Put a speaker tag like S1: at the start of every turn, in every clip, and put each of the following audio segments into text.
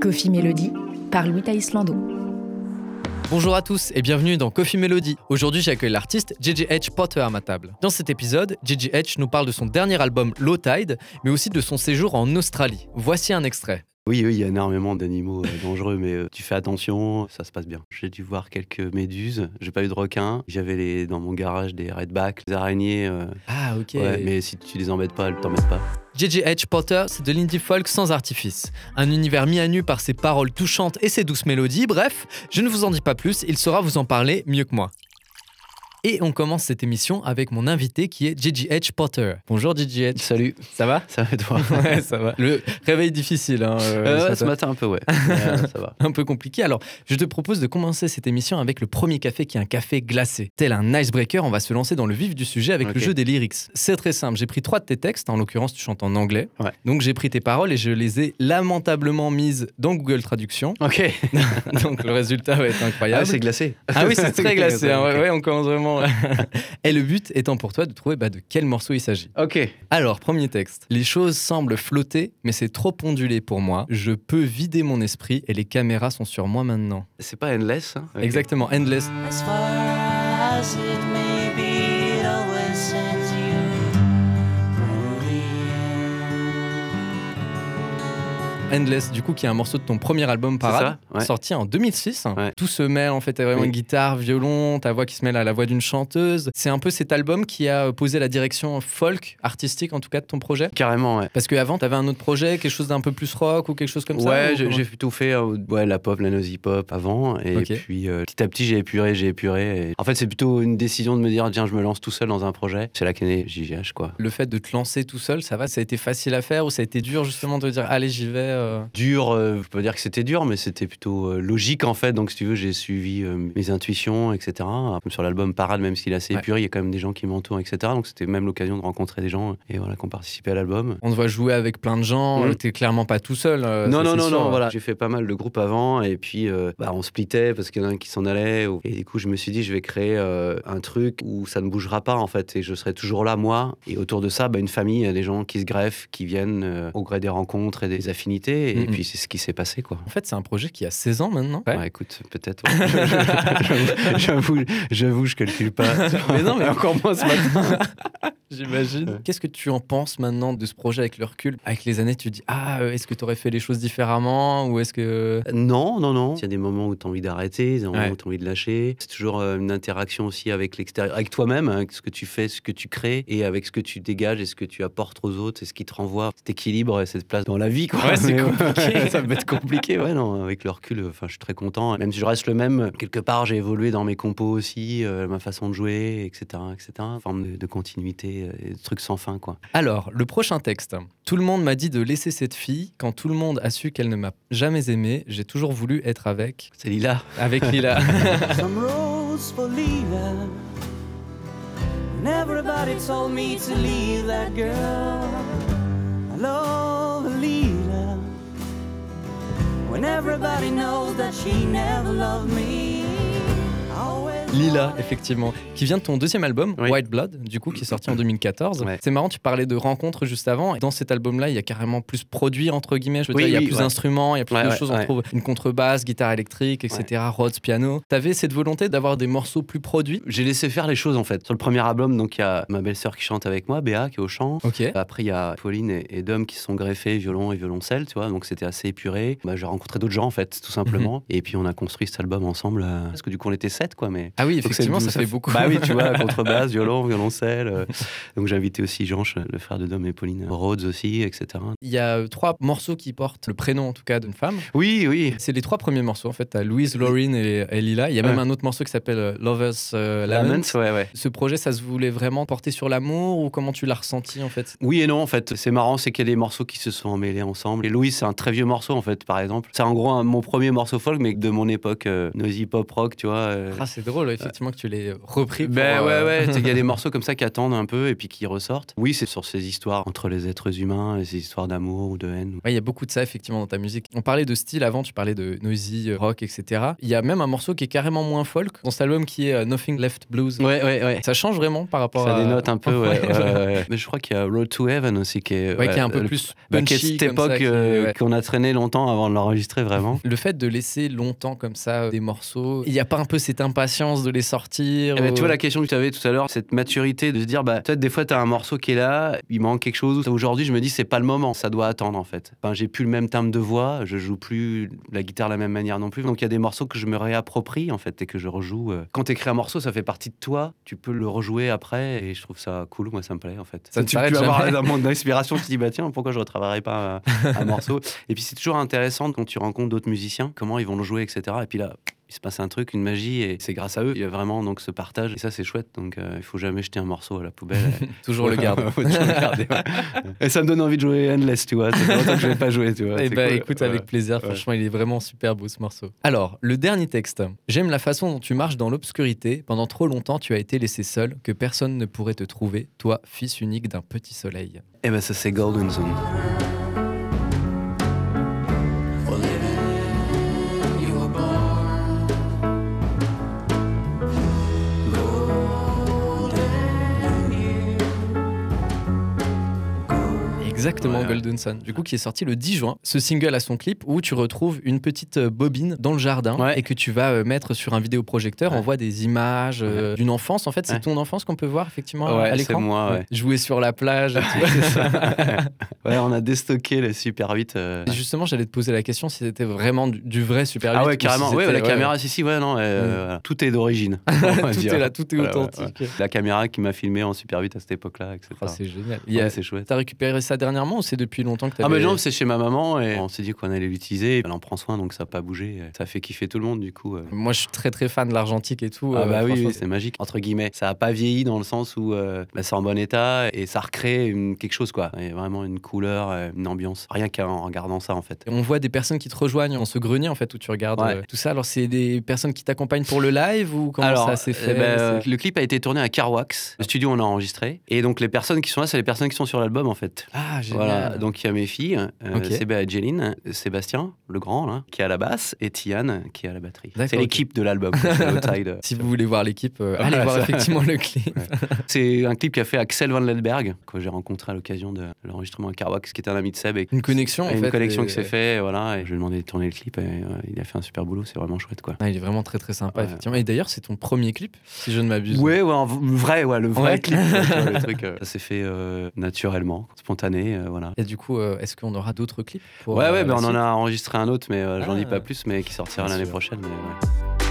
S1: Coffee Mélodie par Louis Islando.
S2: Bonjour à tous et bienvenue dans Coffee Melody. Aujourd'hui, j'accueille l'artiste JJH Potter à ma table. Dans cet épisode, JJH nous parle de son dernier album Low Tide, mais aussi de son séjour en Australie. Voici un extrait.
S3: Oui, oui, il y a énormément d'animaux euh, dangereux, mais euh, tu fais attention, ça se passe bien. J'ai dû voir quelques méduses, j'ai pas eu de requins. J'avais les, dans mon garage des redbacks, des araignées. euh,
S2: Ah, ok.
S3: ouais, mais si tu les embêtes pas, elles t'embêtent pas.
S2: JJH Potter, c'est de l'indie folk sans artifice. Un univers mis à nu par ses paroles touchantes et ses douces mélodies. Bref, je ne vous en dis pas plus, il saura vous en parler mieux que moi. Et on commence cette émission avec mon invité qui est JJH Potter. Bonjour JJH.
S3: Salut,
S2: Ça va
S3: ça va toi
S2: Ouais, ça va. Le réveil difficile. hein, euh,
S3: Euh,
S2: ce
S3: ouais, Ce
S2: matin.
S3: matin, un peu, ouais. Euh, ça va.
S2: un peu compliqué. Alors, je te propose de commencer cette émission avec le premier café qui est un café glacé. Tel un icebreaker, on va se lancer dans le vif du sujet avec le
S3: Ok.
S2: jeu des lyrics. C'est très simple. J'ai pris trois de tes textes. En l'occurrence, tu chantes en anglais.
S3: Ouais.
S2: Donc, j'ai pris tes paroles et je les ai lamentablement mises dans Google Traduction.
S3: Ok,
S2: Donc, le résultat va être
S3: Ah,
S2: incroyable.
S3: c'est glacé.
S2: Ah oui, c'est très glacé. hein.
S3: Ok.
S2: Ouais, ouais, on commence vraiment. et le but étant pour toi de trouver bah, de quel morceau il s'agit.
S3: Ok,
S2: Alors, premier texte. Les choses semblent flotter, mais c'est trop ondulé pour moi. Je peux vider mon esprit et les caméras sont sur moi maintenant.
S3: c'est pas endless. hein Ok.
S2: Exactement, Endless.
S4: As far as it may be, it always sends you rolling.
S2: Endless, du coup, qui est un morceau de ton premier album Parade,
S3: ça, ouais.
S2: sorti en 2006.
S3: Ouais.
S2: Tout se mêle, en fait, t'as vraiment
S3: Oui.
S2: une guitare, violon, ta voix qui se mêle à la voix d'une chanteuse. C'est un peu cet album qui a euh, posé la direction folk, artistique en tout cas, de ton projet.
S3: Carrément, ouais.
S2: Parce qu'avant, t'avais un autre projet, quelque chose d'un peu plus rock ou quelque chose comme ça.
S3: ouais,
S2: ou
S3: j'ai-
S2: comment
S3: j'ai plutôt fait euh, ouais, la pop, la noisy pop avant. Et
S2: Ok.
S3: puis euh, petit à petit, j'ai épuré, j'ai épuré. et- En fait, c'est plutôt une décision de me dire, tiens, je me lance tout seul dans un projet. C'est là qu'est né JGH, quoi.
S2: Le fait de te lancer tout seul, ça va Ça a été facile à faire ou ça a été dur justement de dire allez, j'y vais euh,
S3: Dur, euh, je peux pas dire que c'était dur, mais c'était plutôt euh, logique en fait. Donc, si tu veux, j'ai suivi euh, mes intuitions, etc. Comme sur l'album Parade, même s'il est assez
S2: Ouais.
S3: épuré, il y a quand même des gens qui m'entourent, etc. Donc, c'était même l'occasion de rencontrer des gens et voilà, qui ont participé à l'album.
S2: On te voit jouer avec plein de gens,
S3: Mm.
S2: euh, t'es clairement pas tout seul. euh, ça,
S3: non, non,
S2: c'est
S3: non,
S2: sûr.
S3: non, voilà. J'ai fait pas mal de groupes avant et puis euh, bah, on splittait parce qu'il y en a un qui s'en allait. ou- Et du coup, je me suis dit, je vais créer euh, un truc où ça ne bougera pas en fait et je serai toujours là, moi. Et autour de ça, bah, une famille, des gens qui se greffent, qui viennent euh, au gré des rencontres et des affinités. Et
S2: Mhm.
S3: puis, c'est ce qui s'est passé, quoi.
S2: En fait, c'est un projet qui a 16 ans maintenant.
S3: Ouais, écoute, peut-être. ouais. J'avoue- J'avoue, j'avoue, je calcule pas.
S2: Mais non, mais
S3: encore moins ce matin.
S2: J'imagine. Qu'est-ce que tu en penses maintenant de ce projet avec le recul Avec les années, tu te dis Ah, euh, est-ce que tu aurais fait les choses différemment Ou est-ce que.
S3: Non, non, non. Il y a des moments où tu as envie d'arrêter, des moments
S2: Ouais.
S3: où tu as envie de lâcher. C'est toujours euh, une interaction aussi avec l'extérieur, avec toi-même, hein, avec ce que tu fais, ce que tu crées, et avec ce que tu dégages et ce que tu apportes aux autres, et ce qui te renvoie cet équilibre et cette place dans la vie. Quoi.
S2: Ouais, c'est
S3: Mais
S2: compliqué.
S3: ça peut être compliqué. Ouais, non, avec le recul, enfin, je suis très content. Même si je reste le même, quelque part, j'ai évolué dans mes compos aussi, euh, ma façon de jouer, etc. etc. Forme de, de continuité, euh, et de trucs sans fin. quoi.
S2: Alors, le prochain texte. Tout le monde m'a dit de laisser cette fille. Quand tout le monde a su qu'elle ne m'a jamais aimé, j'ai toujours voulu être avec.
S3: C'est Lila.
S2: Avec Lila.
S4: Some roads for Lena. And everybody told me to leave that girl. I love Lena. When everybody knows that she never loved me. I always
S2: Lila,
S4: wanted
S2: effectivement, qui vient de ton deuxième album,
S3: Oui.
S2: White Blood, du coup, qui est sorti en 2014.
S3: Ouais.
S2: C'est marrant, tu parlais de rencontres juste avant. Dans cet album-là, il y a carrément plus produit, entre guillemets. Je veux
S3: Oui,
S2: dire, il y a
S3: oui,
S2: plus
S3: ouais.
S2: d'instruments, il y a plus
S3: Ouais,
S2: de
S3: ouais,
S2: choses. On
S3: ouais.
S2: trouve une contrebasse, guitare électrique, etc., Rhodes, piano. T'avais cette volonté d'avoir des morceaux plus produits
S3: J'ai laissé faire les choses en fait. Sur le premier album, donc il y a ma belle-sœur qui chante avec moi, Béa, qui est au chant.
S2: Ok.
S3: Après, il y a Pauline et, et Dom qui se sont greffés violon et violoncelle, tu vois, donc c'était assez épuré. Bah, j'ai rencontré d'autres gens, en fait, tout simplement.
S2: Mhm.
S3: Et puis, on a construit cet album ensemble, euh, parce que du coup, on était sept, quoi, mais...
S2: Ah oui,
S3: Donc,
S2: effectivement,
S3: c'est-
S2: ça fait beaucoup.
S3: Bah oui, tu vois, contrebasse, violon, violoncelle. euh. Donc, j'ai invité aussi Jean, le frère de Dom et Pauline Rhodes aussi, etc.
S2: Il y a euh, trois morceaux qui portent le prénom, en tout cas, d'une femme.
S3: Oui, oui.
S2: C'est les trois premiers morceaux, en fait. T'as Louise, Lauryn et, et Lila. Il y a même
S3: Ouais.
S2: un autre morceau qui s'appelle euh, Lovers euh, Lament.
S3: Laments, ouais, ouais.
S2: Ce projet, ça se voulait vraiment porter sur l'amour ou comment tu l'as ressenti en fait
S3: Oui et non, en fait. C'est marrant, c'est qu'il y a des morceaux qui se sont emmêlés ensemble. Et Louis, c'est un très vieux morceau, en fait, par exemple. C'est en gros un- mon premier morceau folk, mais de mon époque, euh, noisy pop rock, tu vois. euh,
S2: Ah, c'est drôle. drôle, effectivement, que tu l'aies repris. pour,
S3: Ben ouais,
S2: euh,
S3: ouais. tu sais, Il y a des morceaux comme ça qui attendent un peu et puis qui ressortent. Oui, c'est sur ces histoires entre les êtres humains, et ces histoires d'amour ou de haine.
S2: Ouais, il y a beaucoup de ça effectivement dans ta musique. On parlait de style avant, tu parlais de noisy, euh, rock, etc. Il y a même un morceau qui est carrément moins folk dans cet album qui est euh, Nothing Left Blues.
S3: Ouais, ouais, ouais.
S2: Ça change vraiment par rapport
S3: Ça
S2: à.
S3: dénote un peu, ouais.
S2: Ouais,
S3: ouais, ouais, ouais. Mais je crois qu'il y a Road to Heaven aussi qui est,
S2: Ouais, qui est un peu
S3: le-
S2: plus
S3: bah, qui est
S2: punchy,
S3: cette
S2: comme ça,
S3: époque
S2: qui est-
S3: euh,
S2: ouais.
S3: qu'on a traîné longtemps avant de l'enregistrer vraiment.
S2: Le fait de laisser longtemps comme ça euh, des morceaux, il n'y a pas un peu cette impatience de les sortir
S3: Eh ben,
S2: ou-
S3: tu vois la question que tu avais tout à l'heure, cette maturité de se dire, bah, peut-être des fois tu as un morceau qui est là, il manque quelque chose. Aujourd'hui, je me dis, c'est pas le moment, ça doit attendre en fait. Enfin, j'ai plus le même timbre de voix, je joue plus la guitare de la même manière non plus. Donc il y a des morceaux que je me réapproprie en fait et que je rejoue. euh. Quand tu écris un morceau, ça fait partie de toi, tu peux le rejouer après et je trouve ça cool, moi ça me plaît en fait.
S2: Ça ne
S3: tu
S2: s'arrête
S3: peux avoir
S2: jamais.
S3: un manque d'inspiration, tu te dis, bah tiens, pourquoi je retravaillerais pas euh, un, un morceau Et puis c'est toujours intéressant quand tu rencontres d'autres musiciens, comment ils vont le jouer, etc. Et puis là, il se passe un truc, une magie, et c'est grâce à eux. Il y a vraiment donc ce partage, et ça c'est chouette. Donc euh, il faut jamais jeter un morceau à la poubelle.
S2: Toujours le garder.
S3: Faut toujours le garder, ouais. Et ça me donne envie de jouer Endless, tu vois. Ça fait longtemps que je vais pas jouer, tu vois.
S2: Eh
S3: C'est
S2: ben,
S3: cool.
S2: écoute,
S3: Ouais.
S2: avec plaisir. Franchement, il est vraiment super beau ce morceau. Alors, le dernier texte. J'aime la façon dont tu marches dans l'obscurité. Pendant trop longtemps, tu as été laissé seul, que personne ne pourrait te trouver, toi, fils unique d'un petit soleil.
S3: Eh ben ça c'est Golden Zone.
S4: For living, you were born. Golden years.
S2: Exactement,
S3: Ouais.
S2: Golden Sun. Du coup, qui est sorti le 10 juin. Ce single a son clip où tu retrouves une petite euh, bobine dans le jardin
S3: Ouais.
S2: et que tu vas euh, mettre sur un vidéoprojecteur. On
S3: Ouais.
S2: voit des images euh, d'une enfance. En fait, c'est
S3: Ouais.
S2: ton enfance qu'on peut voir effectivement
S3: Ouais,
S2: à
S3: c'est
S2: l'écran.
S3: moi, ouais.
S2: Jouer sur la plage. et tout.
S3: C'est ça. ouais, on a déstocké les Super 8. euh.
S2: Et Justement, j'allais te poser la question si c'était vraiment du, du vrai Super 8.
S3: Ah
S2: ou
S3: ouais,
S2: si
S3: carrément. Ouais,
S2: c'était-
S3: la
S2: ouais,
S3: caméra, si, si, ouais, non. euh,
S2: Mm.
S3: voilà. Tout est d'origine.
S2: ouais.
S3: on va
S2: tout
S3: dire.
S2: est là, tout est
S3: Voilà, ouais,
S2: authentique.
S3: La caméra qui m'a filmé en Super 8 à cette époque-là, etc.
S2: Ah, c'est génial. Il y
S3: Ouais,
S2: a-
S3: Oh, c'est chouette.
S2: T'as récupéré ça dernièrement ou c'est depuis longtemps que t'avais
S3: Ah mais non, c'est chez ma maman et on s'est dit qu'on allait l'utiliser. Elle en prend soin donc ça n'a pas bougé. Ça fait kiffer tout le monde du coup. euh.
S2: Moi, je suis très très fan de l'argentique et tout.
S3: Ah
S2: euh,
S3: bah oui,
S2: franchement,
S3: oui, c'est magique entre guillemets. Ça a pas vieilli dans le sens où euh, bah, c'est en bon état et ça recrée une- quelque chose quoi. Il y a vraiment une couleur, euh, une ambiance. Rien qu'en regardant ça en fait.
S2: On voit des personnes qui te rejoignent dans ce grenier en fait où tu regardes
S3: Ouais.
S2: euh, tout ça. Alors c'est des personnes qui t'accompagnent pour le live ou comment ça s'est fait
S3: eh ben,
S2: c'est-
S3: euh, le clip a été tourné à Carwax, le studio où on a enregistré. Et donc les personnes qui sont là, c'est les personnes qui sont sur l'album en fait.
S2: Ah génial.
S3: Voilà, donc il y a mes filles, euh,
S2: Ok.
S3: c'est bah, Jeline, Sébastien, le grand, là, qui est à la basse, et Tiane, qui est à la batterie.
S2: D'accord,
S3: C'est
S2: ok.
S3: l'équipe de l'album. c'est Outside.
S2: si vous voulez voir l'équipe, euh, allez voir
S3: Ah, ça-
S2: effectivement le clip.
S3: C'est un clip qu'a fait Axel Van Ledberg, que j'ai rencontré à l'occasion de l'enregistrement à Carwax, qui était un ami de Seb. Et
S2: Une connexion en
S3: et une
S2: fait, euh,
S3: collection
S2: et-
S3: qui s'est fait, et voilà. Et je lui ai demandé de tourner le clip, et euh, il a fait un super boulot, c'est vraiment chouette, quoi.
S2: Ah, il est vraiment très très sympa
S3: Ouais.
S2: effectivement. Et d'ailleurs c'est ton premier clip si je ne m'abuse.
S3: Ouais, ouais, en v- vrai, ouais, le vrai
S2: Ouais.
S3: clip. quoi, tu vois, le truc, euh, ça s'est fait euh, naturellement, spontané, euh, voilà.
S2: Et du coup euh, est-ce qu'on aura d'autres clips pour,
S3: ouais,
S2: euh,
S3: ouais,
S2: la
S3: ben on en
S2: suite
S3: a enregistré un autre, mais euh, j'en dis
S2: Ah.
S3: pas plus, mais qui sortira
S2: Bien
S3: l'année
S2: sûr.
S3: prochaine. mais ouais.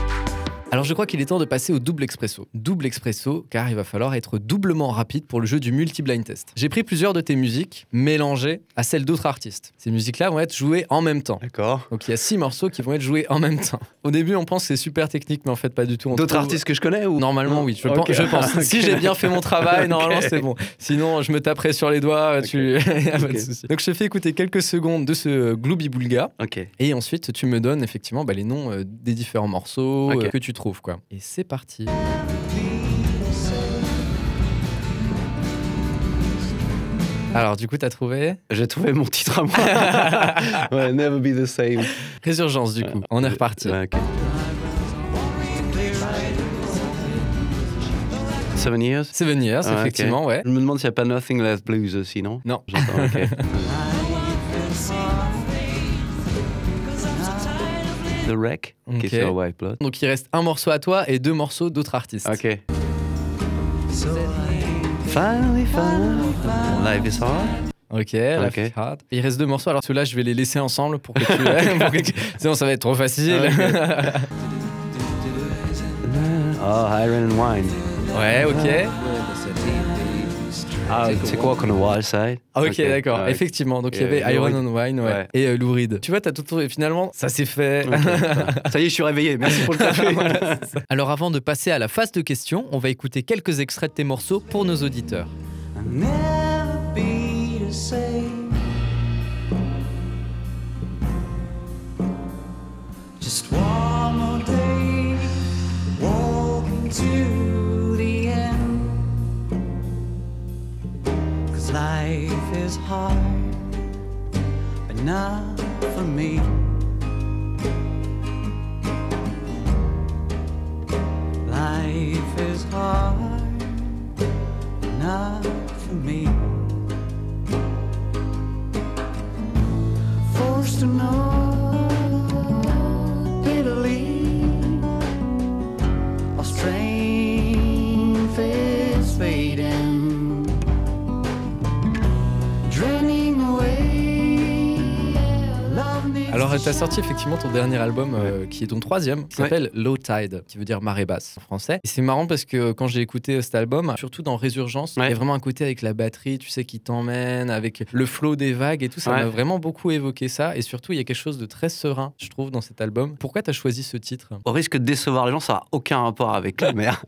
S2: Alors je crois qu'il est temps de passer au double expresso. Double expresso, car il va falloir être doublement rapide pour le jeu du multi-blind test. J'ai pris plusieurs de tes musiques mélangées à celles d'autres artistes. Ces musiques-là vont être jouées en même temps.
S3: D'accord.
S2: Donc il y a six morceaux qui vont être joués en même temps. Au début, on pense que c'est super technique, mais en fait pas du tout. On
S3: D'autres
S2: trouve-
S3: artistes que je connais ou
S2: Normalement, oui, je,
S3: Ok.
S2: pense, je pense.
S3: Ok.
S2: Si j'ai bien fait mon travail, normalement,
S3: Ok.
S2: c'est bon. Sinon, je me taperai sur les doigts, tu... y a pas de
S3: Ok.
S2: souci. Donc, je te fais écouter quelques secondes de ce Glooby Boulga.
S3: Ok.
S2: Et ensuite, tu me donnes effectivement bah, les noms euh, des différents morceaux
S3: Ok.
S2: euh, que tu trouves. quoi. Et c'est parti. Alors, du coup, t'as trouvé
S3: J'ai trouvé mon titre à moi. ouais, Never Be the Same.
S2: Résurgence, du coup. On est reparti.
S3: Ouais, ok. Seven Years
S2: Seven Years,
S3: Ah, ok.
S2: effectivement, ouais.
S3: Je me demande s'il n'y a pas Nothing Left Blues aussi, non
S2: Non.
S3: J'entends, ok. The Wreck,
S2: Ok.
S3: qui est sur White Blood.
S2: Donc, il reste un morceau à toi et deux morceaux d'autres artistes.
S3: Ok. Finally, finally, life is hard.
S2: Ok, la
S3: Ok.
S2: Fit Hard. Il reste deux morceaux, alors ceux-là, je vais les laisser ensemble pour que tu. pour que tu- Sinon, ça va être trop facile.
S3: Oh, Iron and Wine.
S2: ouais, ok.
S3: Ah, Take a Walk on the Wild Side.
S2: Ah, ok, d'accord.
S3: ouais, ok.
S2: Effectivement, donc il y
S3: Et,
S2: avait
S3: euh, Lou
S2: Iron
S3: Reed.
S2: and Wine ouais.
S3: Ouais.
S2: et euh, Lou Reed. Tu vois, t'as tout trouvé. Finalement, ça s'est fait.
S3: Ok. Ça y est, je suis réveillé. Merci pour le café.
S2: Alors, avant de passer à la phase de questions, on va écouter quelques extraits de tes morceaux pour nos auditeurs.
S4: I'll never be the same. Just one more day, walking heart, but not for me. Life is hard, but not for me. Forced to know bitterly our strength is fading, draining away. Love needs
S2: Alors,
S4: to
S2: t'as sorti
S4: shine.
S2: effectivement ton dernier album, euh, qui est ton troisième, qui s'appelle Low Tide, qui veut dire marée basse en français. Et c'est marrant parce que euh, quand j'ai écouté euh, cet album, surtout dans Résurgence, il y
S3: Ouais.
S2: a vraiment un côté avec la batterie, tu sais, qui t'emmène, avec le flow des vagues et tout. Ça
S3: Ouais.
S2: m'a vraiment beaucoup évoqué ça. Et surtout, il y a quelque chose de très serein, je trouve, dans cet album. Pourquoi t'as choisi ce titre
S3: Au risque de décevoir les gens, ça n'a aucun rapport avec la mer.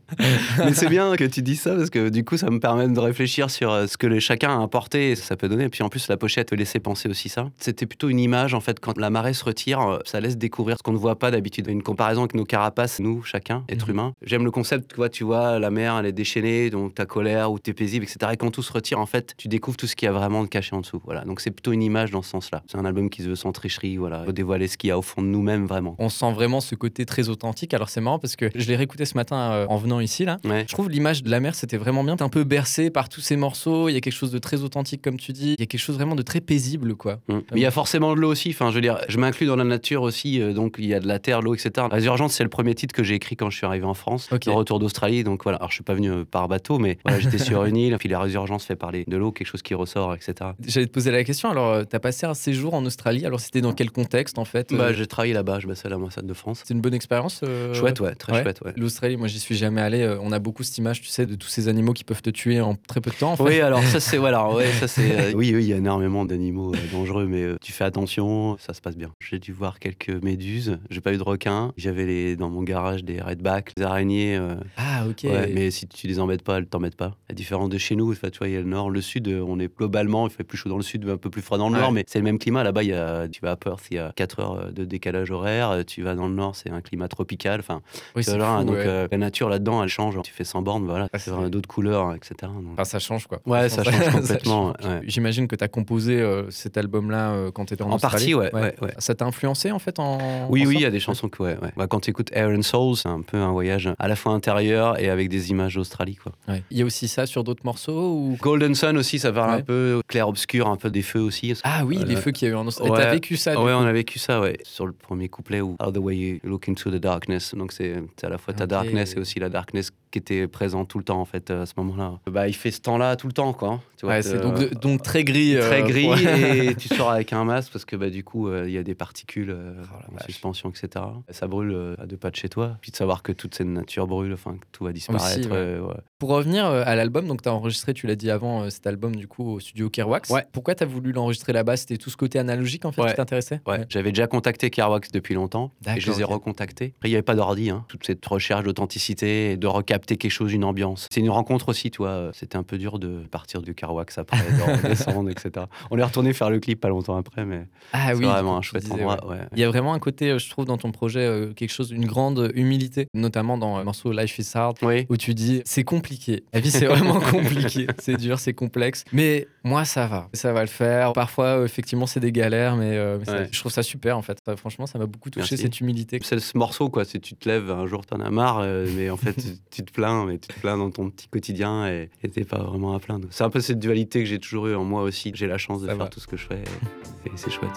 S3: Mais c'est bien que tu dis ça parce que du coup, ça me permet de réfléchir sur euh, ce que les- chacun a apporté et ça peut donner. Et puis en plus, la pochette laissait penser aussi ça. C'était plutôt une image en fait. Quand la marée se retire, euh, ça laisse découvrir ce qu'on ne voit pas d'habitude. Une comparaison avec nos carapaces, nous, chacun, être
S2: Mhm.
S3: humain. J'aime le concept, tu vois, tu vois, la mer, elle est déchaînée, donc ta colère ou t'es paisible, etc. Et quand tout se retire, en fait, tu découvres tout ce qu'il y a vraiment de caché en dessous. Voilà. Donc c'est plutôt une image dans ce sens-là. C'est un album qui se veut sans tricherie, voilà, dévoiler ce qu'il y a au fond de nous-mêmes vraiment.
S2: On sent vraiment ce côté très authentique. Alors, c'est marrant parce que je l'ai réécouté ce matin euh, en venant ici, là.
S3: Ouais.
S2: Je trouve l'image de la mer, c'était vraiment bien. T'es un peu bercé par tous ces morceaux. Il y a quelque chose de très authentique, comme tu dis. Il y a quelque chose vraiment de très paisible, quoi.
S3: Mm. Mais il y a forcément de l'eau aussi. Enfin, je veux dire, je m'inclus dans la nature aussi. euh, donc, il y a de la terre, l'eau, etc. Résurgence, c'est le premier titre que j'ai écrit quand je suis arrivé en France.
S2: Ok.
S3: Le retour d'Australie. Donc, voilà. Alors, je suis pas venu euh, par bateau, mais voilà, j'étais sur une île. Puis, la résurgence fait parler de l'eau, quelque chose qui ressort, etc.
S2: J'allais te poser la question. Alors, euh, t'as passé un séjour en Australie. Alors, c'était dans quel contexte, en fait euh,
S3: Bah, j'ai travaillé là-bas. Je bossais à la ambassade de France.
S2: C'est une bonne expérience. euh,
S3: Chouette, ouais. Très
S2: ouais.
S3: chouette, ouais.
S2: L'Australie, moi, j'y suis jamais allé. Euh, On a beaucoup cette image, tu sais, de tous ces animaux qui peuvent te tuer en très peu de temps. En fait.
S3: Oui, alors ça c'est voilà, ouais, ça c'est. euh, oui, oui, il y a énormément d'animaux euh, dangereux, mais euh, tu fais attention, ça se passe bien. J'ai dû voir quelques méduses. J'ai pas eu de requins. J'avais les dans mon garage des redbacks, des araignées. euh,
S2: Ah, ok.
S3: Ouais, mais si tu les embêtes pas, elles t'embêtent pas. La différence de chez nous, enfin, tu vois, il y a le nord, le sud, euh, on est globalement, il fait plus chaud dans le sud, un peu plus froid dans le
S2: Ouais.
S3: nord, mais c'est le même climat. Là-bas, il y a, tu vas à Perth, il y a 4 heures euh, de décalage horaire, euh, tu vas dans le nord, c'est un climat tropical. Enfin,
S2: Oui,
S3: tu
S2: c'est
S3: vois, là,
S2: fou,
S3: donc
S2: ouais.
S3: euh, la nature là-dedans, elle change. Tu fais 100 bornes, voilà,
S2: Ah,
S3: c'est
S2: c'est-
S3: vraiment d'autres couleurs, etc. donc.
S2: Enfin, ça change, quoi.
S3: Ouais,
S2: Franchement,
S3: ça change
S2: ça
S3: complètement. ouais.
S2: J'imagine que t'as composé euh, cet album-là euh, quand t'étais en,
S3: En
S2: Australie.
S3: partie, ouais, ouais, ouais.
S2: Ça t'a influencé, en fait, en.
S3: Oui,
S2: en
S3: oui, il
S2: ça
S3: y a des chansons que, ouais, ouais. Bah, quand tu écoutes Air and Soul, c'est un peu un voyage à la fois intérieur et avec des images d'Australie, quoi.
S2: Ouais. Il y a aussi ça sur d'autres morceaux ou...
S3: Golden Sun aussi, ça parle
S2: Ouais.
S3: un peu clair-obscur, un peu des feux aussi.
S2: Ah oui,
S3: Euh,
S2: les feux qu'il y a eu en Australie.
S3: ouais.
S2: T'as vécu ça Ah, du
S3: ouais,
S2: coup.
S3: on a vécu ça, ouais. Sur le premier couplet où How the way you look into the darkness. Donc c'est c'est à la fois ta
S2: Ok.
S3: darkness et aussi la darkness qui était présente tout le temps en fait euh, à ce moment-là. Bah il fait ce temps-là tout le temps quoi. Tu vois,
S2: Ouais,
S3: te-
S2: c'est donc, de- donc très gris. euh,
S3: très gris
S2: pour-
S3: et tu sors avec un masque parce que bah du coup euh, il y a des particules euh,
S2: Oh la
S3: en
S2: vache.
S3: suspension etc. Ça brûle euh, à deux pas de chez toi. Puis de savoir que toute cette nature brûle, enfin que tout va disparaître.
S2: Aussi, ouais.
S3: euh, ouais.
S2: Pour revenir euh, à l'album, donc tu as enregistré, tu l'as dit avant, euh, cet album du coup au studio Kerwax.
S3: Ouais.
S2: Pourquoi tu as voulu l'enregistrer là-bas C'était tout ce côté analogique en fait qui
S3: Ouais.
S2: t'intéressait
S3: Ouais.
S2: Ouais.
S3: J'avais déjà contacté Carwax depuis longtemps et je
S2: D'accord,
S3: les ai
S2: ok.
S3: recontactés. Après, il n'y avait pas d'ordi, hein. toute cette recherche d'authenticité et de recapter quelque chose, une ambiance. C'est une rencontre aussi, tu vois. C'était un peu dur de partir du Carwax après, de redescendre, etc. On est retourné faire le clip pas longtemps après, mais
S2: Ah
S3: c'est
S2: oui.
S3: vraiment
S2: comme
S3: un
S2: tu
S3: chouette
S2: disais, ouais.
S3: endroit. ouais.
S2: Il y a vraiment un côté, euh, je trouve, dans ton projet, euh, quelque chose, une grande humilité, notamment dans euh, le morceau Life is Hard,
S3: Oui.
S2: où tu dis c'est compliqué. La vie, c'est vraiment compliqué. C'est dur, c'est complexe. Mais moi, ça va. Ça va le faire. Parfois, euh, effectivement, c'est des galères, mais, euh, mais ça-
S3: Ouais.
S2: je trouve ça super en fait. Ça, franchement, ça m'a beaucoup touché
S3: Merci.
S2: cette humilité.
S3: C'est ce morceau, quoi. C'est tu te lèves un jour, t'en as marre, euh, mais en fait, tu- tu te plains, mais tu te plains dans ton petit quotidien et et t'es pas vraiment à plaindre. C'est un peu cette dualité que j'ai toujours eue en moi aussi. J'ai la chance de
S2: Ça
S3: faire
S2: va.
S3: tout ce que je fais et et c'est chouette.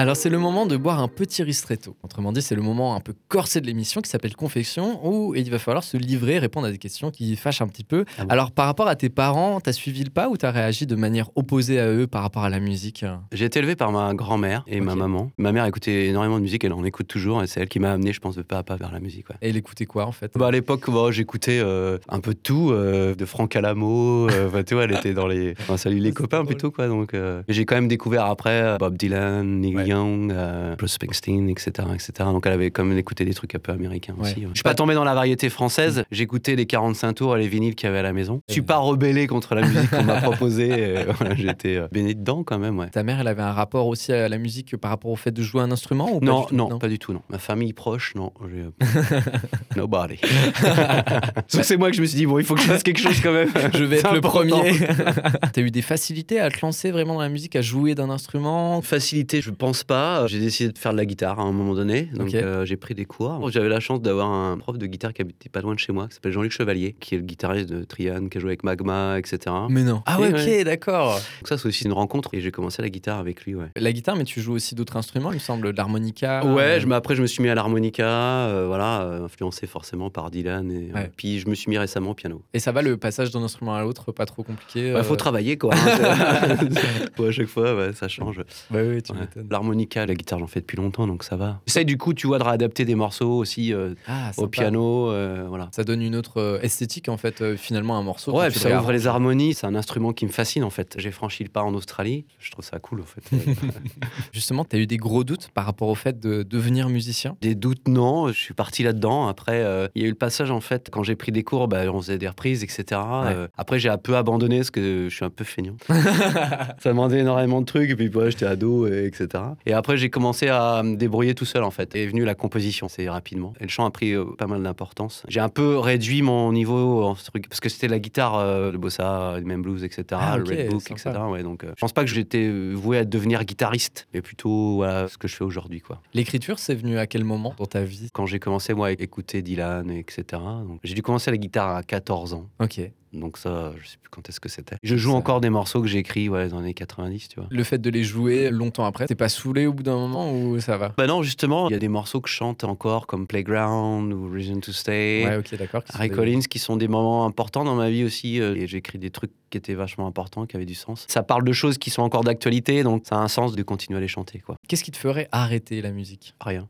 S2: Alors c'est le moment de boire un petit ristretto. Autrement dit, c'est le moment un peu corsé de l'émission qui s'appelle Confection où il va falloir se livrer, répondre à des questions qui fâchent un petit peu.
S3: Ah bon
S2: Alors par rapport à tes parents, t'as suivi le pas ou t'as réagi de manière opposée à eux par rapport à la musique hein
S3: J'ai été élevé par ma grand-mère et ma
S2: Ok.
S3: maman. Ma mère écoutait énormément de musique, elle en écoute toujours, et c'est elle qui m'a amené, je pense, de pas à pas vers la musique. ouais.
S2: Et l'écouter quoi en fait
S3: Bah, à l'époque, bah, j'écoutais euh, un peu de tout, euh, de Franck Alamo, euh, bah, tu vois, elle était dans les. enfin, salut les
S2: C'est
S3: copains
S2: drôle.
S3: plutôt, quoi. Donc, euh, J'ai quand même découvert après euh, Bob Dylan, Iggy
S2: Ouais.
S3: Young, euh, Bruce Springsteen, etc., etc. Donc elle avait quand même écouté des trucs un peu américains
S2: Ouais.
S3: aussi. ouais.
S2: Je
S3: Je suis pas tombé dans la variété française. J'écoutais les 45 tours et les vinyles qu'il y avait à la maison.
S2: Euh.
S3: Je suis pas rebellé contre la musique qu'on m'a proposée. euh, voilà, J'étais euh, béni dedans quand même, ouais.
S2: Ta mère, elle avait un rapport aussi à la musique par rapport au fait de jouer un instrument ou pas
S3: Non,
S2: du tout
S3: non, pas du tout, non. Ma famille proche, non. J'ai- Nobody. Donc c'est moi que je me suis dit, bon, il faut que je fasse quelque chose quand même.
S2: Je vais
S3: C'est
S2: être le
S3: important.
S2: premier. T'as eu des facilités à te lancer vraiment dans la musique, à jouer d'un instrument
S3: Facilité, je pense pas. J'ai décidé de faire de la guitare à un moment donné. Donc
S2: Ok.
S3: euh, j'ai pris des cours. J'avais la chance d'avoir un prof de guitare qui habitait pas loin de chez moi, qui s'appelle Jean-Luc Chevalier, qui est le guitariste de Trian, qui a joué avec Magma, etc. Donc
S2: Mais non. Ah ouais,
S3: Si, ouais.
S2: ok, d'accord.
S3: ça, c'est aussi une rencontre. Et j'ai commencé la guitare avec lui, ouais.
S2: La guitare, mais tu joues aussi d'autres instruments, il me semble, de l'harmonica.
S3: Ah, Ouais,
S2: euh,
S3: je, m- après je me suis mis à l'harmonica, euh, voilà, euh, influencé forcément par Dylan. Et, euh,
S2: Ouais.
S3: puis je me suis mis récemment au piano.
S2: Et ça va le passage d'un instrument à l'autre, pas trop compliqué.
S3: Il
S2: euh,
S3: Bah, faut travailler quoi. hein. Faut à chaque fois, ouais, ça change.
S2: Bah oui, tu
S3: Ouais.
S2: m'étonnes.
S3: L'harmonica, la guitare, j'en fais depuis longtemps, donc ça va. J'essaie du coup, tu vois, de réadapter des morceaux aussi euh,
S2: Ah,
S3: au
S2: sympa.
S3: piano, euh, voilà.
S2: Ça donne une autre euh, esthétique en fait, euh, finalement, un morceau. quand
S3: Ouais,
S2: tu
S3: puis
S2: le
S3: ça ouvre
S2: réarranges.
S3: les harmonies, c'est un instrument qui me fascine en fait. J'ai franchi le pas en Australie, je trouve ça cool en fait.
S2: Justement, tu as eu des gros doutes par rapport au fait de devenir musicien.
S3: Des doutes, non, je suis parti là-dedans. Après, euh, il y a eu le passage en fait, quand j'ai pris des cours, bah, on faisait des reprises, etc. Euh, après, j'ai un peu abandonné parce que je suis un peu feignant. ça demandait énormément de trucs, et puis ouais, j'étais ado, et etc. Et après, j'ai commencé à me débrouiller tout seul en fait. Est venue la composition, c'est rapidement. Et le chant a pris euh, pas mal d'importance. J'ai un peu réduit mon niveau en ce truc, parce que c'était la guitare, euh, le bossa, le même blues, etc.
S2: Ah,
S3: le
S2: ok,
S3: Red Book,
S2: sympa.
S3: etc. Ouais, donc, euh, je pense pas que j'étais euh, voué à devenir guitariste, mais plutôt voilà, ce que je fais aujourd'hui, quoi
S2: L'écriture, c'est venu à quel moment dans ta vie
S3: quand j'ai commencé moi à écouter Dylan, etc. Donc, j'ai dû commencer la guitare à 14 ans.
S2: Ok.
S3: Donc ça, je sais plus quand est-ce que c'était. Je joue
S2: Ça-
S3: encore des morceaux que j'ai écrits ouais, dans les années 90, tu vois.
S2: Le fait de les jouer longtemps après, t'es pas saoulé au bout d'un moment ou ça va
S3: Bah non, justement, il y a des morceaux que je chante encore, comme Playground ou Reason to Stay,
S2: Ouais, ok, d'accord. qui sont
S3: Harry
S2: des-
S3: Collins, qui sont des moments importants dans ma vie aussi. euh, et j'écris des trucs qui étaient vachement importants, qui avaient du sens. Ça parle de choses qui sont encore d'actualité, donc ça a un sens de continuer à les chanter, quoi.
S2: Qu'est-ce qui te ferait arrêter la musique
S3: Rien.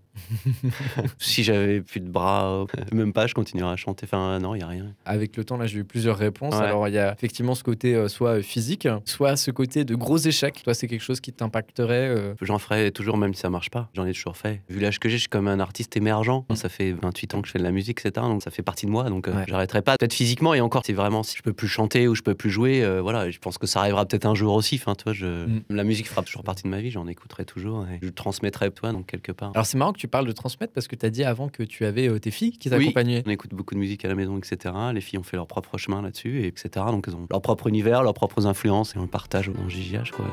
S3: si j'avais plus de bras, euh, même pas, je continuerais à chanter. Enfin, non, il y a rien.
S2: Avec le temps, là, j'ai eu plusieurs réponses.
S3: Ouais.
S2: Alors, il y a effectivement ce côté euh, soit physique, soit ce côté de gros échecs. Toi, c'est quelque chose qui t'impacterait euh,
S3: J'en ferai toujours, même si ça marche pas. J'en ai toujours fait. Vu l'âge que j'ai, je suis comme un artiste émergent. Ça fait 28 ans que je fais de la musique, etc. Donc ça fait partie de moi. Donc euh,
S2: Mm. Ouais.
S3: j'arrêterai pas. Peut-être physiquement et encore, c'est vraiment si je peux plus chanter ou je peux plus jouer. euh, voilà, je pense que ça arrivera peut-être un jour aussi. Enfin, toi, je...
S2: Mm.
S3: la musique fera toujours partie de ma vie. J'en écouterai toujours. Et je transmettrai toi, donc quelque part.
S2: Alors c'est marrant que tu parles de transmettre parce que tu as dit avant que tu avais euh, tes filles qui
S3: Oui.
S2: t'accompagnaient.
S3: On écoute beaucoup de musique à la maison, etc. Les filles ont fait leur propre chemin là-dessus, et etc. Donc elles ont leur propre univers, leurs propres influences, et on le partage dans JJH, quoi.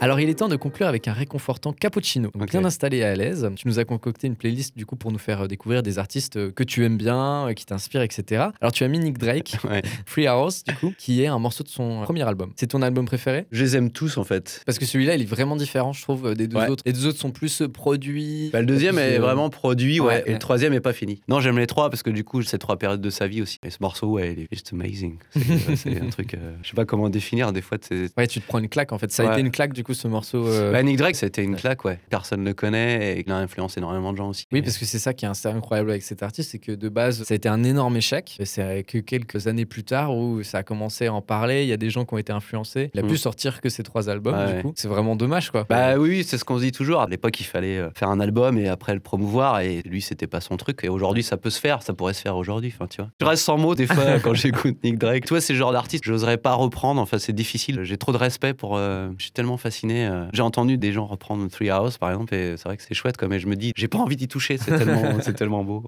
S2: Alors il est temps de conclure avec un réconfortant cappuccino. Donc,
S3: Ok.
S2: Bien installé et à l'aise, tu nous as concocté une playlist du coup pour nous faire euh, découvrir des artistes euh, que tu aimes bien, euh, qui t'inspirent, etc. Alors tu as mis Nick Drake,
S3: Ouais.
S2: Free House du coup, qui est un morceau de son euh, premier album. C'est ton album préféré
S3: Je les aime tous, en fait.
S2: parce que celui-là, il est vraiment différent, je trouve, euh, des deux
S3: Ouais.
S2: autres. Les deux autres sont plus euh, produits.
S3: Bah, le deuxième
S2: plus,
S3: est
S2: euh,
S3: vraiment produit, ouais,
S2: ouais,
S3: et
S2: ouais.
S3: le troisième est pas fini. Non, j'aime les trois parce que du coup, c'est trois périodes de sa vie aussi. Et ce morceau, ouais, il est juste amazing. C'est euh, c'est un truc, euh, je sais pas comment définir, des fois, c'est.
S2: Ouais, tu te prends une claque en fait. Ça a
S3: Ouais.
S2: été une claque du coup ce morceau. euh,
S3: Bah, Nick Drake, c'était une claque, ouais. Personne ne le connaît et il a influencé énormément de gens aussi.
S2: Oui, parce que c'est ça qui est assez incroyable avec cet artiste, c'est que de base, ça a été un énorme échec. Et C'est que quelques années plus tard où ça a commencé à en parler, il y a des gens qui ont été influencés. Il a pu
S3: Mm.
S2: sortir que ces trois albums,
S3: Ouais,
S2: du
S3: ouais.
S2: coup. C'est vraiment dommage, quoi.
S3: Bah oui, c'est ce qu'on se dit toujours. À l'époque, il fallait euh, faire un album et après le promouvoir. Et lui, c'était pas son truc. Et aujourd'hui, ça peut se faire. Ça pourrait se faire aujourd'hui. Enfin, tu vois. Je reste sans mots des fois quand j'écoute Nick Drake. Toi, c'est le genre d'artiste, j'oserais pas reprendre. Enfin, c'est difficile. J'ai trop de respect pour. euh, Je suis tellement fasciné. euh. J'ai entendu des gens reprendre Three Hours, par exemple. Et c'est vrai que c'est chouette, comme. Et je me dis, j'ai pas envie d'y toucher. C'est tellement, c'est tellement beau.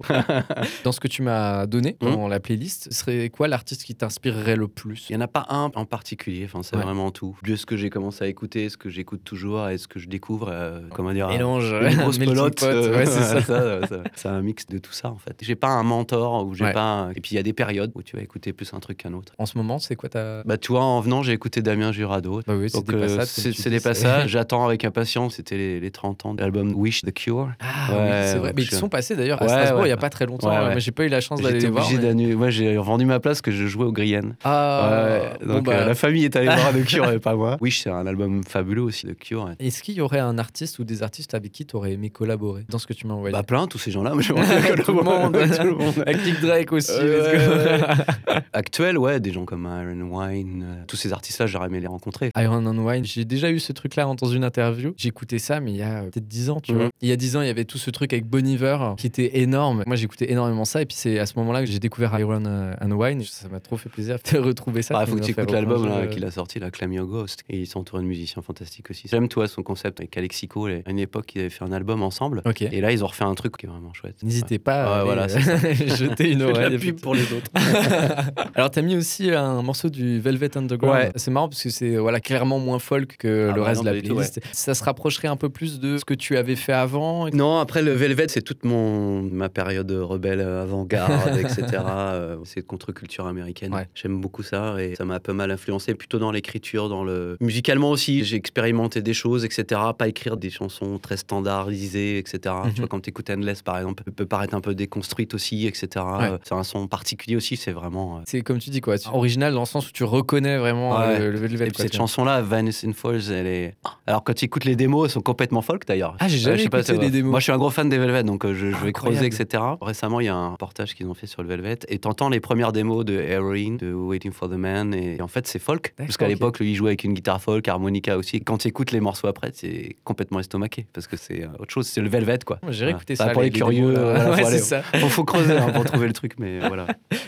S2: Dans ce que tu m'as donné
S3: Mm.
S2: dans la playlist, ce serait quoi l'artiste qui t'inspirerait le plus
S3: Il n'y en a pas un en particulier, enfin, c'est
S2: Ouais.
S3: vraiment tout. De ce que j'ai commencé à écouter, ce que j'écoute toujours et ce que je découvre, euh, comment dire,
S2: Mélange,
S3: une grosse
S2: melting
S3: pelote.
S2: pot,
S3: euh,
S2: ouais, c'est ça.
S3: ça, ça, ça. C'est un mix de tout ça en fait. J'ai pas un mentor ou j'ai
S2: Ouais.
S3: pas. un- Et puis il y a des périodes où tu vas écouter plus un truc qu'un autre.
S2: En ce moment, c'est quoi ta.
S3: Bah tu vois, en venant, j'ai écouté Damien Jurado.
S2: Bah oui, c'est
S3: Donc
S2: des
S3: euh,
S2: passages. comme
S3: c'est
S2: tu
S3: c'est
S2: dis,
S3: des passages. J'attends avec impatience. C'était les, les 30 ans de l'album Wish the Cure.
S2: Ah
S3: Ouais,
S2: oui, c'est vrai.
S3: ouais,
S2: Mais ils
S3: je-
S2: sont passés d'ailleurs à
S3: Ouais,
S2: Strasbourg
S3: ouais.
S2: il n'y a pas très longtemps.
S3: Ouais, ouais.
S2: Moi, j'ai pas eu la chance d'aller
S3: J'étais
S2: les voir.
S3: obligé
S2: mais-
S3: d'annuler. Moi, j'ai vendu ma place que je jouais au Grienne.
S2: Ah,
S3: Ouais,
S2: bon,
S3: donc euh,
S2: bah,
S3: la famille est allée voir The Cure et pas moi. Wish, c'est un album fabuleux aussi, The Cure.
S2: Est-ce qu'il y aurait un artiste ou des artistes avec qui tu aurais aimé collaborer dans ce que tu m'as envoyé
S3: Bah plein, tous ces gens-là. Tout
S2: Tout le monde.
S3: Tout le monde.
S2: Avec Nick Drake aussi.
S3: Euh,
S2: let's go.
S3: Actuel, ouais, des gens comme Iron Wine, euh, tous ces artistes-là, j'aurais aimé les rencontrer.
S2: Iron and Wine, j'ai déjà eu ce truc-là dans une interview. J'écoutais ça, mais il y a euh, peut-être 10 ans, tu
S3: Mhm.
S2: vois. Il y a 10 ans, il y avait tout ce truc avec Bon Iver euh, qui était énorme. Moi, j'écoutais énormément ça. Et puis, c'est à ce moment-là que j'ai découvert Iron euh, and Wine. Ça m'a trop fait plaisir de retrouver ça.
S3: Il
S2: Ça
S3: Bah, faut que
S2: m'a
S3: tu
S2: fait
S3: écoutes l'album
S2: replonger,
S3: là,
S2: euh,
S3: qu'il a sorti, la Clam Your Ghost. Et il s'entoure de musiciens fantastiques aussi. J'aime, toi, son concept avec Alexico. les- À une époque, ils avaient fait un album ensemble.
S2: Ok.
S3: Et là, ils ont refait un truc qui est vraiment chouette.
S2: N'hésitez pas
S3: Ouais,
S2: à aller,
S3: voilà,
S2: euh,
S3: c'est
S2: jeter une
S3: Fais de la
S2: oreille.
S3: pub pour les autres.
S2: Alors, t'as mis aussi un morceau du Velvet Underground.
S3: Ouais.
S2: C'est marrant parce que c'est voilà, clairement moins folk que
S3: Ah
S2: le
S3: bah
S2: reste
S3: non,
S2: de la
S3: pas du tout,
S2: playlist. Ça se rapprocherait un peu plus de ce que tu avais fait avant.
S3: Non, après le Velvet, c'est toute mon ma période rebelle euh, avant-garde, etc. Euh, C'est contre-culture américaine.
S2: Ouais.
S3: J'aime beaucoup ça et ça m'a pas mal influencé, plutôt dans l'écriture, dans le musicalement aussi. J'ai expérimenté des choses, etc. Pas écrire des chansons très standardisées, etc.
S2: Mhm.
S3: Tu vois, quand t'écoutes Endless, par exemple, elle peut paraître un peu déconstruite aussi, etc. Euh, C'est un son particulier aussi. C'est vraiment. euh,
S2: C'est comme tu dis, quoi. c'est original dans le sens où tu reconnais vraiment
S3: Ouais.
S2: euh, le, Velvet.
S3: Et puis
S2: quoi,
S3: cette
S2: tu vois.
S3: chanson-là, Vanish in Falls, elle est. Alors quand tu écoutes les démos, elles sont complètement folk d'ailleurs.
S2: Ah, j'ai
S3: Ouais,
S2: jamais
S3: je sais pas,
S2: écouté
S3: ça va.
S2: les démos.
S3: Moi, je suis un gros fan des Velvet, donc euh, je, je vais
S2: Incroyable.
S3: creuser, etc. Récemment, il y a un reportage qu'ils ont fait sur le Velvet, et t'entends les premières démos de Heroin, de Waiting for the Man, et, et en fait, c'est folk.
S2: D'accord,
S3: Parce qu'à
S2: ok.
S3: l'époque, lui, il jouait avec une guitare folk, harmonica aussi. Quand tu écoutes les morceaux après, c'est complètement estomaqué, parce que c'est euh, autre chose, c'est le Velvet, quoi.
S2: Moi, J'ai
S3: Ouais.
S2: réécouté
S3: Bah,
S2: ça.
S3: pour les
S2: démos,
S3: curieux,
S2: là.
S3: euh, voilà,
S2: Ouais,
S3: faut
S2: c'est
S3: aller-
S2: ça.
S3: Faut, faut creuser hein, pour trouver le truc, mais voilà.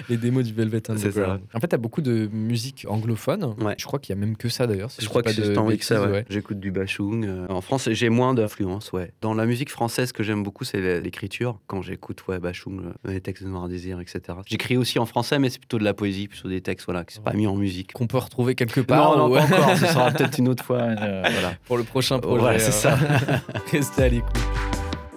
S2: Les démos du Velvet
S3: C'est ça.
S2: Underground. En fait, t'as beaucoup de musique anglophone.
S3: Ouais.
S2: Je crois qu'il y a même que ça d'ailleurs. si
S3: Je crois
S2: dis
S3: que
S2: pas
S3: c'est
S2: de
S3: tant que ça.
S2: bêtises,
S3: ouais.
S2: ouais.
S3: J'écoute du Bachung. euh, en France, j'ai moins d'influence, ouais. Dans la musique française, ce que j'aime beaucoup, c'est la- l'écriture. Quand j'écoute ouais, Bachung, euh, les textes de Noir Désir, etc. J'écris aussi en français, mais c'est plutôt de la poésie, plutôt des textes voilà, qui sont pas mis en musique.
S2: Qu'on peut retrouver quelque part
S3: non, non,
S2: ou-
S3: pas encore. Ce sera peut-être une autre fois. euh, voilà.
S2: pour le prochain projet.
S3: Voilà, c'est
S2: euh,
S3: ça.
S2: Restez à l'écoute.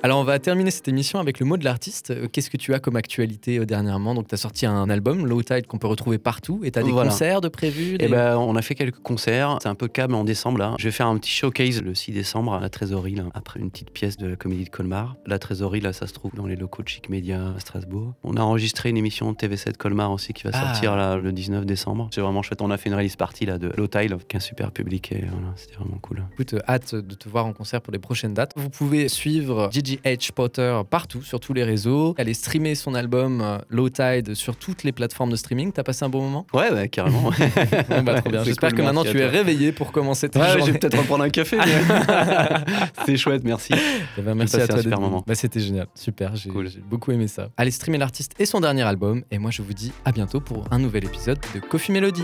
S2: Alors, on va terminer cette émission avec le mot de l'artiste. Euh, Qu'est-ce que tu as comme actualité euh, dernièrement Donc, tu as sorti un album, Low Tide, qu'on peut retrouver partout. Et tu as des
S3: Voilà.
S2: concerts de prévus des-
S3: Eh ben, on a fait quelques concerts. C'est un peu calme en décembre. Là. Je vais faire un petit showcase le 6 décembre à la Trésorerie, là, après une petite pièce de la Comédie de Colmar. La Trésorerie, là, ça se trouve dans les locaux de Chic Media à Strasbourg. On a enregistré une émission de TV7 Colmar aussi qui va
S2: Ah.
S3: sortir là, le 19 décembre. C'est vraiment chouette. On a fait une release party là, de Low Tile, qui est un super public. Et, voilà, C'était vraiment cool.
S2: Écoute, euh, hâte de te voir en concert pour les prochaines dates. Vous pouvez suivre GGH Potter partout, sur tous les réseaux. Aller streamer son album euh, Low Tide sur toutes les plateformes de streaming. T'as passé un bon moment
S3: Ouais, ouais, carrément.
S2: Bon, bah, trop bien.
S3: C'est
S2: J'espère
S3: cool,
S2: que maintenant
S3: merci
S2: tu
S3: à
S2: es
S3: toi.
S2: réveillé pour commencer ta
S3: Ouais, je
S2: journée.
S3: vais peut-être reprendre un café. mais- C'était chouette, merci.
S2: Eh ben, merci
S3: passé
S2: à toi
S3: un
S2: d'être
S3: super
S2: venu.
S3: moment.
S2: Bah, C'était génial, super, j'ai
S3: Cool.
S2: j'ai beaucoup aimé ça. Allez streamer l'artiste et son dernier album, et moi je vous dis à bientôt pour un nouvel épisode de Coffee Melody.